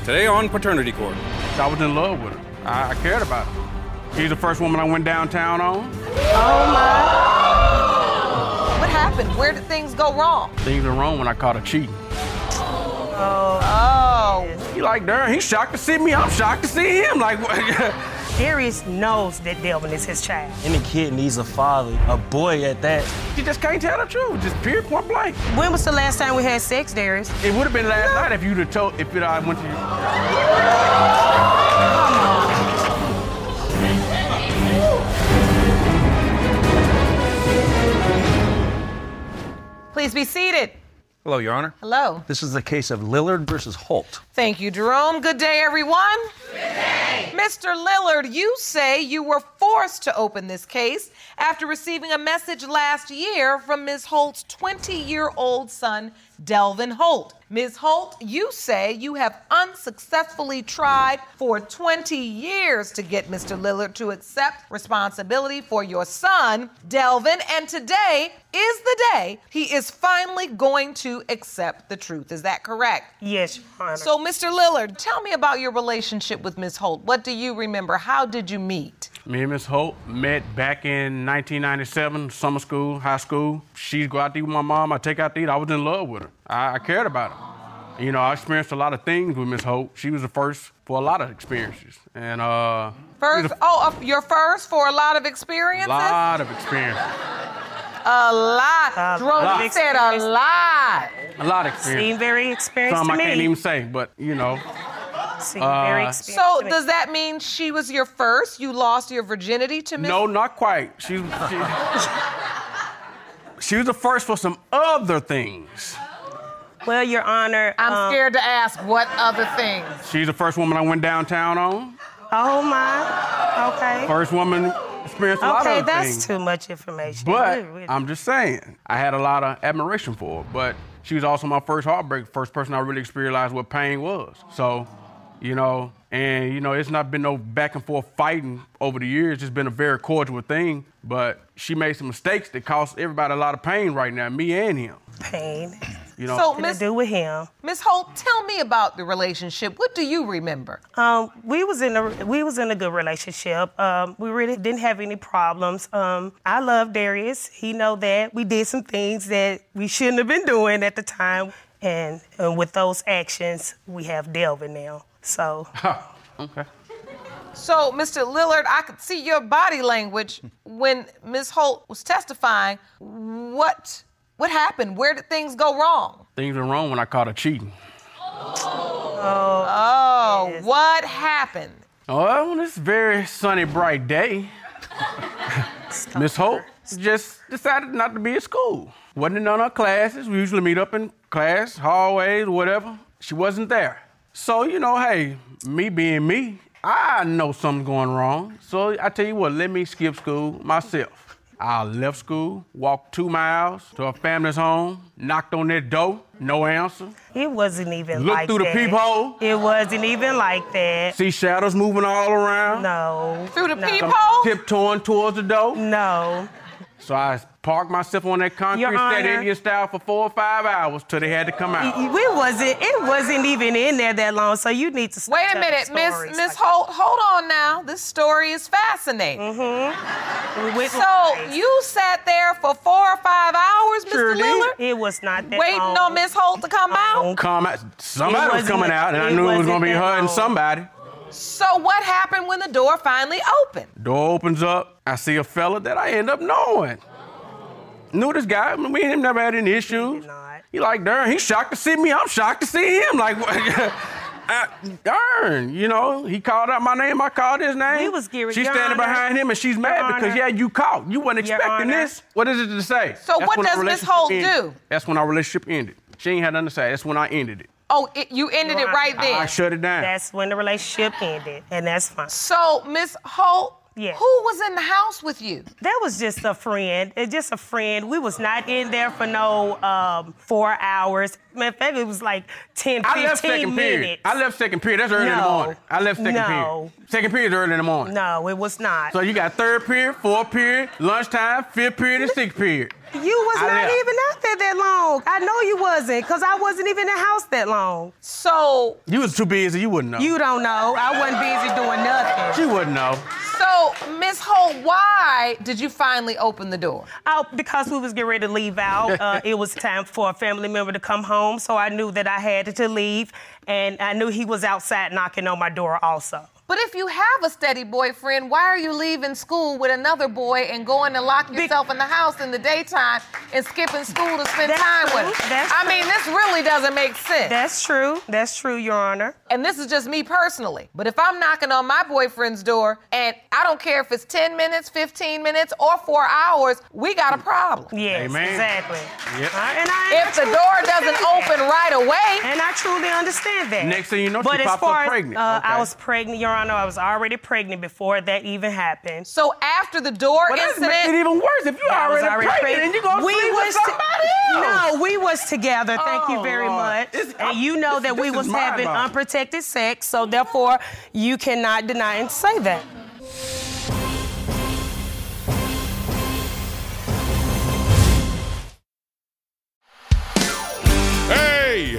Today on Paternity Court. I was in love with her. I, I cared about her. She's the first woman I went downtown on. What happened? Where did things go wrong? Things were wrong when I caught her cheating. Oh, He like, darn, he's shocked to see me. I'm shocked to see him. Like, Darius knows that Delvin is his child. Any kid needs a father, a boy at that. she just can't tell the truth. Just period, point blank. When was the last time we had sex, Darius? It would have been last night if you'd have told, if it, I went to you. please be seated. Hello, Your Honor. Hello. This is the case of Lillard versus Holt. Thank you, Jerome. Good day, everyone. Good day. Mr. Lillard, you say you were forced to open this case after receiving a message last year from Ms. Holt's 20 year old son, Delvin Holt. Ms. Holt, you say you have unsuccessfully tried for 20 years to get Mr. Lillard to accept responsibility for your son, Delvin, and today is the day he is finally going to accept the truth. Is that correct? Yes, Your Honor. So, Mr. Lillard, tell me about your relationship with Ms. Holt. What do you remember? How did you meet? Me and Miss Hope met back in 1997, summer school, high school. She'd go out to eat with my mom. I take her out to eat. I was in love with her. I, I cared about her. You know, I experienced a lot of things with Miss Hope. She was the first for a lot of experiences, and uh, First, oh, uh, your first for a lot of experiences? a lot of experiences. A lot. A Jerome, lot. you said a lot. A lot of experience. Seemed very experienced Some to I me. can't even say, but you know, Seemed very Uh, experienced So, to me. does that mean she was your first? You lost your virginity to Ms. no, not quite. She, she, she was the first for some other things. Well, Your Honor. I'm um, scared to ask what other things. She's the first woman I went downtown on. Oh my. Okay. First woman experienced a lot Okay, of that's things. too much information. But Really, really. I'm just saying, I had a lot of admiration for her. But she was also my first heartbreak, first person I really experienced what pain was. So, you know, and you know, it's not been no back and forth fighting over the years. It's just been a very cordial thing. But she made some mistakes that cost everybody a lot of pain right now, me and him. pain You know, So, to Ms. do with him. Ms. Holt, tell me about the relationship. What do you remember? Um, we was in a we was in a good relationship. Um, we really didn't have any problems. Um, I love Darius. He know that we did some things that we shouldn't have been doing at the time, and, and with those actions, we have Delvin now. So okay. So, Mr. Lillard, I could see your body language when Ms. Holt was testifying. What what happened? Where did things go wrong? Things were wrong when I caught her cheating. Oh, what happened? Oh, on this very sunny, bright day, Miss Hope just decided not to be at school. Wasn't in none of her classes. We usually meet up in class, hallways, whatever. She wasn't there. So, you know, hey, me being me, I know something's going wrong. So I tell you what, let me skip school myself. I left school, walked two miles to her family's home, knocked on their door, no answer. it wasn't even Look like through the that. peephole. It wasn't even like that. See shadows moving all around. No. Through the no, peephole? Tiptoeing towards the door. No. So I parked myself on that concrete Your set Honor. Indian style for four or five hours till they had to come out. We wasn't. It wasn't even in there that long. So you need to. stop Wait a telling minute, Miss stories Miss like Holt. Hold on now. This story is fascinating. that. We- So you sat there for four or five hours, Mr. Sure did. Lillard, It was not that waiting long. on Miss Holt to come out. Come out. Somebody was wasn't- coming out, and I it knew it was wasn't gonna be her that and long. somebody. So what happened when the door finally opened? Door opens up. I see a fella that I end up knowing. Knew this guy. I mean, me and him never had any issues. did not. He like, darn, he's shocked to see me. I'm shocked to see him. Like, uh, Darn, you know, he called out my name, I called his name. We was geared- She's Your standing Honor. behind him and she's mad Your because, Honor. yeah, you called. You wasn't Your expecting Honor. this. What is it to say? So what when our does Miss relationship Holt ended. do? That's when our relationship ended. She ain't had nothing to say. That's when I ended it. Oh, it, you ended it Your right Honor. there. I shut it down. That's when the relationship ended, and that's fine. So, Miss Holt, Yes. who was in the house with you? That was just a friend, It's just a friend. We was not in there for no um, four hours. Matter of fact, it was like 10, 15 I left second minutes. period. I left second period. That's early in the No. morning. I left second No. period. Second period is early in the morning. No, it was not. So you got third period, fourth period, lunchtime, fifth period, and sixth period. you was I not left. even out there that long. I know you wasn't, because I wasn't even in the house that long. So, You was too busy. You wouldn't know. You don't know. I wasn't busy doing nothing. She wouldn't know. so Miss Holt, why did you finally open the door? out because we was getting ready to leave out. Uh, it was time for a family member to come home, so I knew that I had to leave, and I knew he was outside knocking on my door also. But if you have a steady boyfriend, why are you leaving school with another boy and going to lock yourself in the house in the daytime and skipping school to spend That's time true. with him? That's I mean, this really doesn't make sense. That's true. That's true, Your Honor. and this is just me personally. But if I'm knocking on my boyfriend's door and I don't care if it's 10 minutes, 15 minutes, or four hours, we got a Mm. problem. Yes, Amen. exactly. Yep. I- and I, If the I truly door doesn't understand that. open right away, And I truly understand that. Next thing you know, but she as pops up far as, pregnant. Uh, Okay. I was pregnant, Your Honor. I was already pregnant before that even happened. so after the door But that's incident, makes it even worse. If you I was already, pregnant, pregnant. and you gonna we sleep with was somebody else. No, we was together. Thank Oh, you very Lord. much. This- and you know this- that we this was is my having mind. unprotected sex, so therefore you cannot deny and say that. Hey,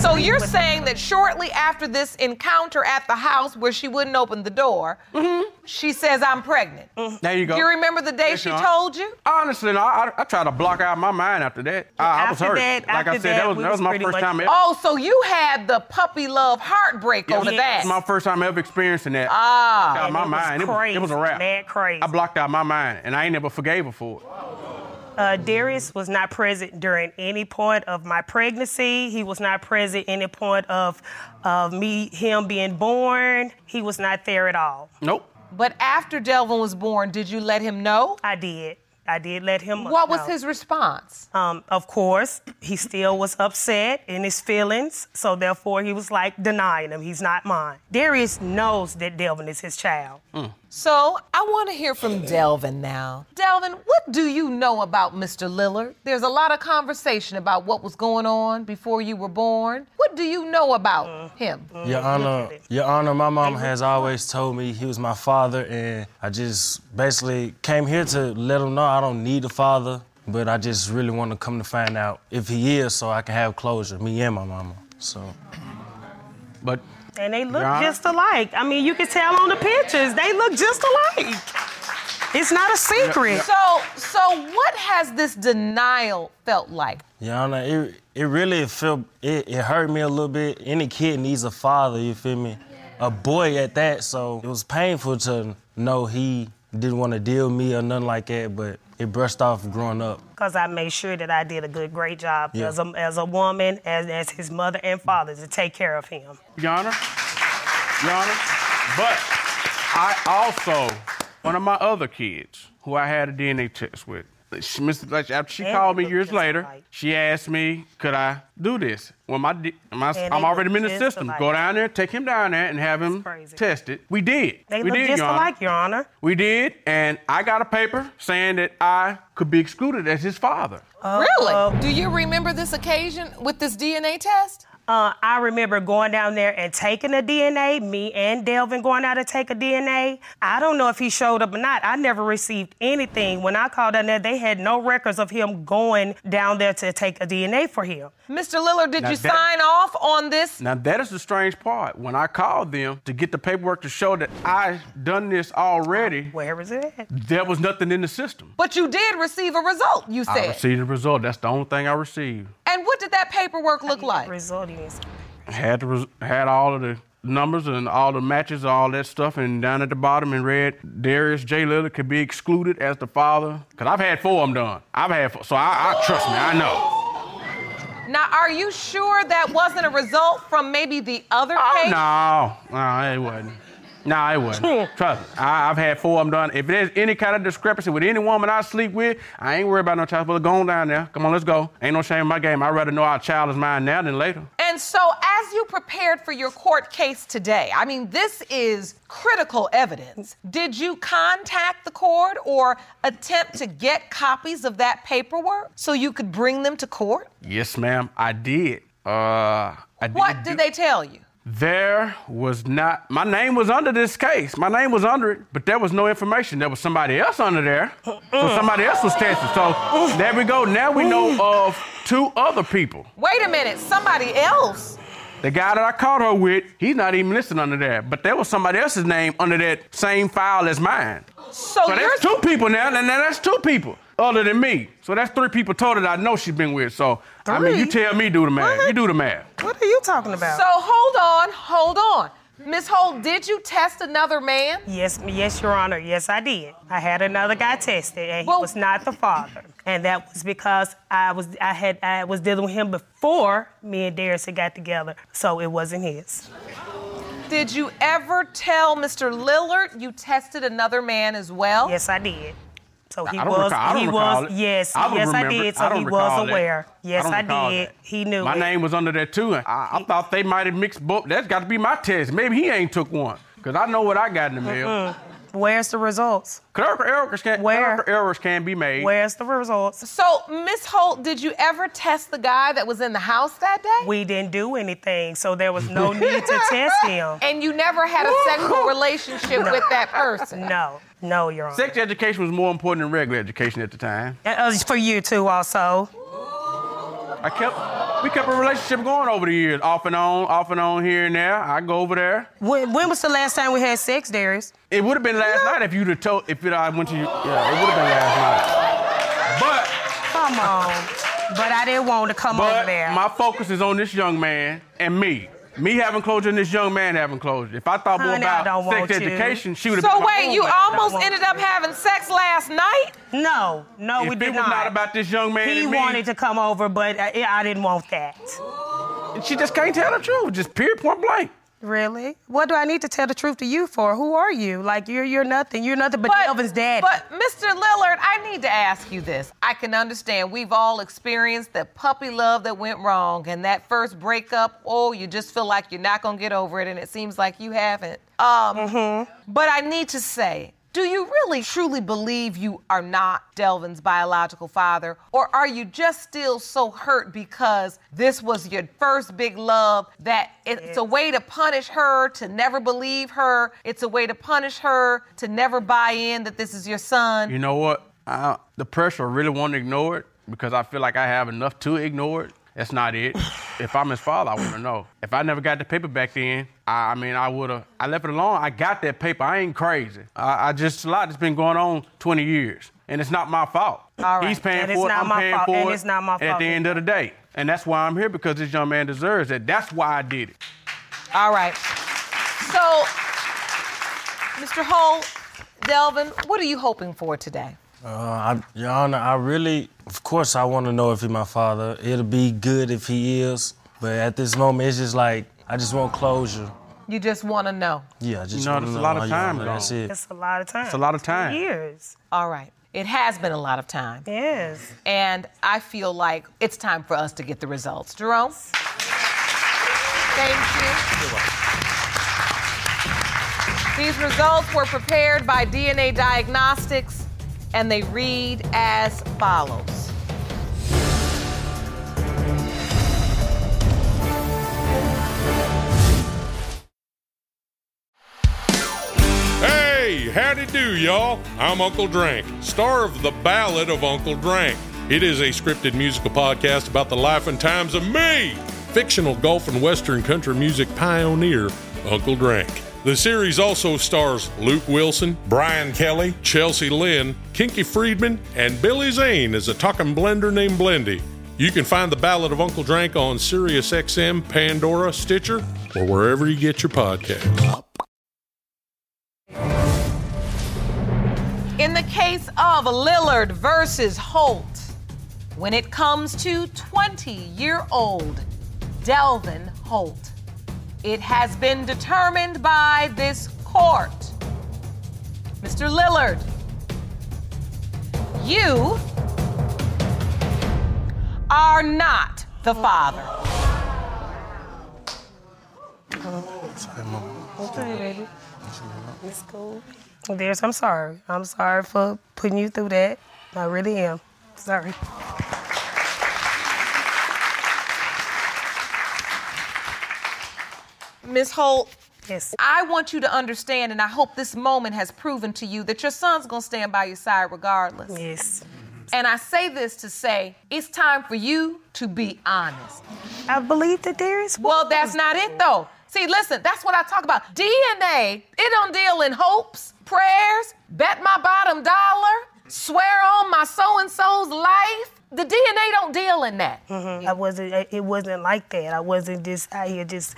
so you're saying that shortly after this encounter at the house where she wouldn't open the door, she says, I'm pregnant. There you go. Do you remember the day Yes, she Your Honor. told you? Honestly, no, I, I tried to block out my mind after that. I, I was After hurt. that- like I after said, that, that was, we that was was my pretty first much- time ever. Oh, so you had the puppy love heartbreak over Yes. that. my first time ever experiencing that. Ah. Out And my it was mind. it, was, crazy, it was a wrap. mad crazy. I blocked out my mind, and I ain't never forgave her for it. Uh, Darius was not present during any point of my pregnancy. He was not present any point of of me him being born. He was not there at all. Nope. but after Delvin was born, did you let him know? I did. I did let him. What was know. his response? Um, of course, he still was upset in his feelings, so therefore he was like denying him. He's not mine. Darius knows that Delvin is his child. So I want to hear from Delvin now. Delvin, what do you know about Mr. Lillard? There's a lot of conversation about what was going on before you were born. What do you know about him? Your Honor, Your Honor, my mom has always told me he was my father, and I just basically came here to let him know I don't need a father, but I just really want to come to find out if he is, so I can have closure, me and my mama. So But And they look Your Honor? just alike. I mean, you can tell on the pictures, they look just alike. It's not a secret. So, so what has this denial felt like? Your Honor, it it really felt it, it hurt me a little bit. Any kid needs a father, you feel me? A boy at that, so it was painful to know he didn't want to deal with me or nothing like that, but it brushed off growing up. Because I made sure that I did a good, great job Yeah. as, a, as a woman, as, as his mother and father to take care of him. Your Honor, Your Honor, but I also, one of my other kids who I had a DNA test with, she, Miss- like, after she And called they me look years just later, alike. she asked me, could I do this? Well, my, D- my And I'm they already look in the just system. alike. Go down there, take him down there, and have him That's crazy. tested. We did. They we look did, just Your Honor. alike, Your Honor. We did, and I got a paper saying that I could be excluded as his father. really? uh, do you remember this occasion with this DNA test? Uh, I remember going down there and taking a DNA, me and Delvin going out to take a DNA. I don't know if he showed up or not. I never received anything. When I called down there, they had no records of him going down there to take a DNA for him. Mr. Lillard, did Now you that- sign off on this? Now that is the strange part. When I called them to get the paperwork to show that I done this already, Where was it at? there was nothing in the system. But you did receive a result, you I said. received the result. That's the only thing I received. And what did that paperwork look like? Result is. Had the res- had all of the numbers and all the matches, all that stuff, and down at the bottom in red, Darius J. Lillard could be excluded as the father. Cause I've had four of them done. I've had four, so I, I trust me. I know. Now, are you sure that wasn't a result from maybe the other Oh, case? no, no, it wasn't. No, it wasn't. Trust me. I, I've had four of them done. If there's any kind of discrepancy with any woman I sleep with, I ain't worried about no child. But go on down there. Come on, let's go. Ain't no shame in my game. I'd rather know our child is mine now than later. And so, as you prepared for your court case today, I mean, this is critical evidence. Did you contact the court or attempt to get copies of that paperwork so you could bring them to court? Yes, ma'am, I did. Uh, I did. What do- did they tell you? There was not. My name was under this case. My name was under it, but there was no information. There was somebody else under there, so somebody else was tested. So there we go. Now we know of two other people. Wait a minute, somebody else? The guy that I caught her with, he's not even listed under there, but there was somebody else's name under that same file as mine. So, Oh, So you're that's two people now, and now that's two people other than me. So that's three people total that I know she's been with. So I mean, you Three? tell me do the math. What? You do the math. What are you talking about? So hold on, hold on. Miss Holt, did you test another man? Yes, yes, Your Honor. Yes, I did. I had another guy tested, and he Well- was not the father. And that was because I was I had I was dealing with him before me and Darius had got together, so it wasn't his. Did you ever tell Mr. Lillard you tested another man as well? Yes, I did. So he I don't was. recall- I don't he recall was. it. Yes. I don't yes, I remember it. did. I So don't he recall was that. aware. Yes, don't I, recall did. that. He knew. My it. name was under that too. I, I thought they might have mixed both. That's got to be my test. Maybe he ain't took one. Cause I know what I got in the mail. Where's the results? Clerical errors can Uh-uh. Where? clerical errors can be made. Where's the results? So, Miss Holt, did you ever test the guy that was in the house that day? We didn't do anything, so there was no need to test him. and you never had a sexual relationship with that person? No, no, Your Honor. Sex education was more important than regular education at the time. And, uh, for you too, also. I kept we kept a relationship going over the years, off and on, off and on here and there. I go over there. When, when was the last time we had sex, Darius? It would have been last night if you'd have told if it, I went to you. Yeah, it would have been last night. But Come on. But I didn't want to come over But there. my focus is on this young man and me. Me having closure and this young man having closure. If I thought more Honey, I about don't sex want you. education, she would have been "Oh, So, my wait, you woman. almost want ended up having sex last night? no, no, If we it did was not about this young man He and me- wanted to come over, but I, I didn't want that. She just can't tell the truth. Just period, point blank. Really? What do I need to tell the truth to you for? Who are you? Like you're you're nothing. You're nothing but, Delvin's dad. But Mr. Lillard, I need to ask you this. I can understand we've all experienced that puppy love that went wrong and that first breakup. Oh, you just feel like you're not gonna get over it, and it seems like you haven't. Um, But I need to say. Do you really truly believe you are not Delvin's biological father? Or are you just still so hurt because this was your first big love that it's a way to punish her, to never believe her? It's a way to punish her, to never buy in that this is your son? You know what? I, the pressure, I really want to ignore it because I feel like I have enough to ignore it. That's not it. if I'm his father, I want to know. If I never got the paper back then, I, I mean, I would have. I left it alone. I got that paper. I ain't crazy. I, I just a lot that's been going on 20 years, and it's not my fault. All right. He's paying for And it's it. not I'm my paying fault, for and it. it's not my At fault the end of the day, and that's why I'm here because this young man deserves it. That's why I did it. All right. So, Mr. Holt, Delvin, what are you hoping for today? Uh, I, Your Honor, I really, of course, I want to know if he's my father. It'll be good if he is, but at this moment, it's just like I just want closure. You just want to know. Yeah, I just You know, want there's to a know. lot of Your time Honor, That's gone. it. it's a lot of time. It's a lot of time. Years. All right. It has been a lot of time. Yes. And I feel like it's time for us to get the results. Jerome? Thank you. These results were prepared by DNA Diagnostics and they read as follows. Howdy do, y'all. I'm Uncle Drank, star of The Ballad of Uncle Drank. It is a scripted musical podcast about the life and times of me, fictional golf and western country music pioneer, Uncle Drank. The series also stars Luke Wilson, Brian Kelly, Chelsea Lynn, Kinky Friedman, and Billy Zane as a talking blender named Blendy. You can find The Ballad of Uncle Drank on SiriusXM, Pandora, Stitcher, or wherever you get your podcasts. In the case of Lillard versus Holt, when it comes to 20 year old Delvin Holt, it has been determined by this court. Mr. Lillard, you are not the father. It's cool. There's, I'm sorry. I'm sorry for putting you through that. I really am. Sorry. Ms. Holt, Yes. I want you to understand, and I hope this moment has proven to you that your son's gonna stand by your side regardless. Yes. And I say this to say it's time for you to be honest. I believe that there is. Well, that's not it though. See, listen, that's what I talk about. DNA, it don't deal in hopes, prayers, bet my bottom dollar, swear on my so and so's life. The DNA don't deal in that. I wasn't. I- It wasn't like that. I wasn't just out here just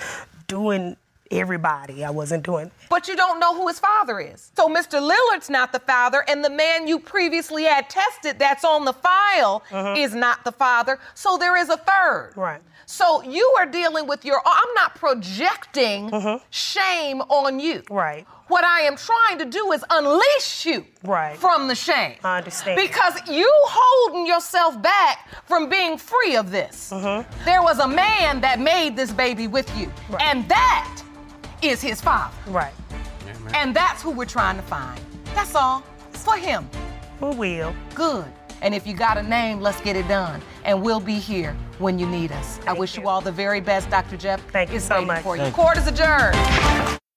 doing everybody. I wasn't doing. But you don't know who his father is. So Mr. Lillard's not the father, and the man you previously had tested that's on the file is not the father. So there is a third. Uh-huh. Right. So you are dealing with your. I'm not projecting shame on you. Uh-huh. Right. What I am trying to do is unleash you Right. from the shame. I understand. Because you holding yourself back from being free of this. There was a man that made this baby with you, Uh-huh. Right. and that is his father. Right. And that's who we're trying to find. That's all. It's for him. We will. Good. And if you got a name, let's get it done. And we'll be here when you need us. I wish you. you. all the very best, Dr. Jeff. Thank you is so waiting much. For you. Thank you. Court is adjourned.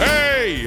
Hey,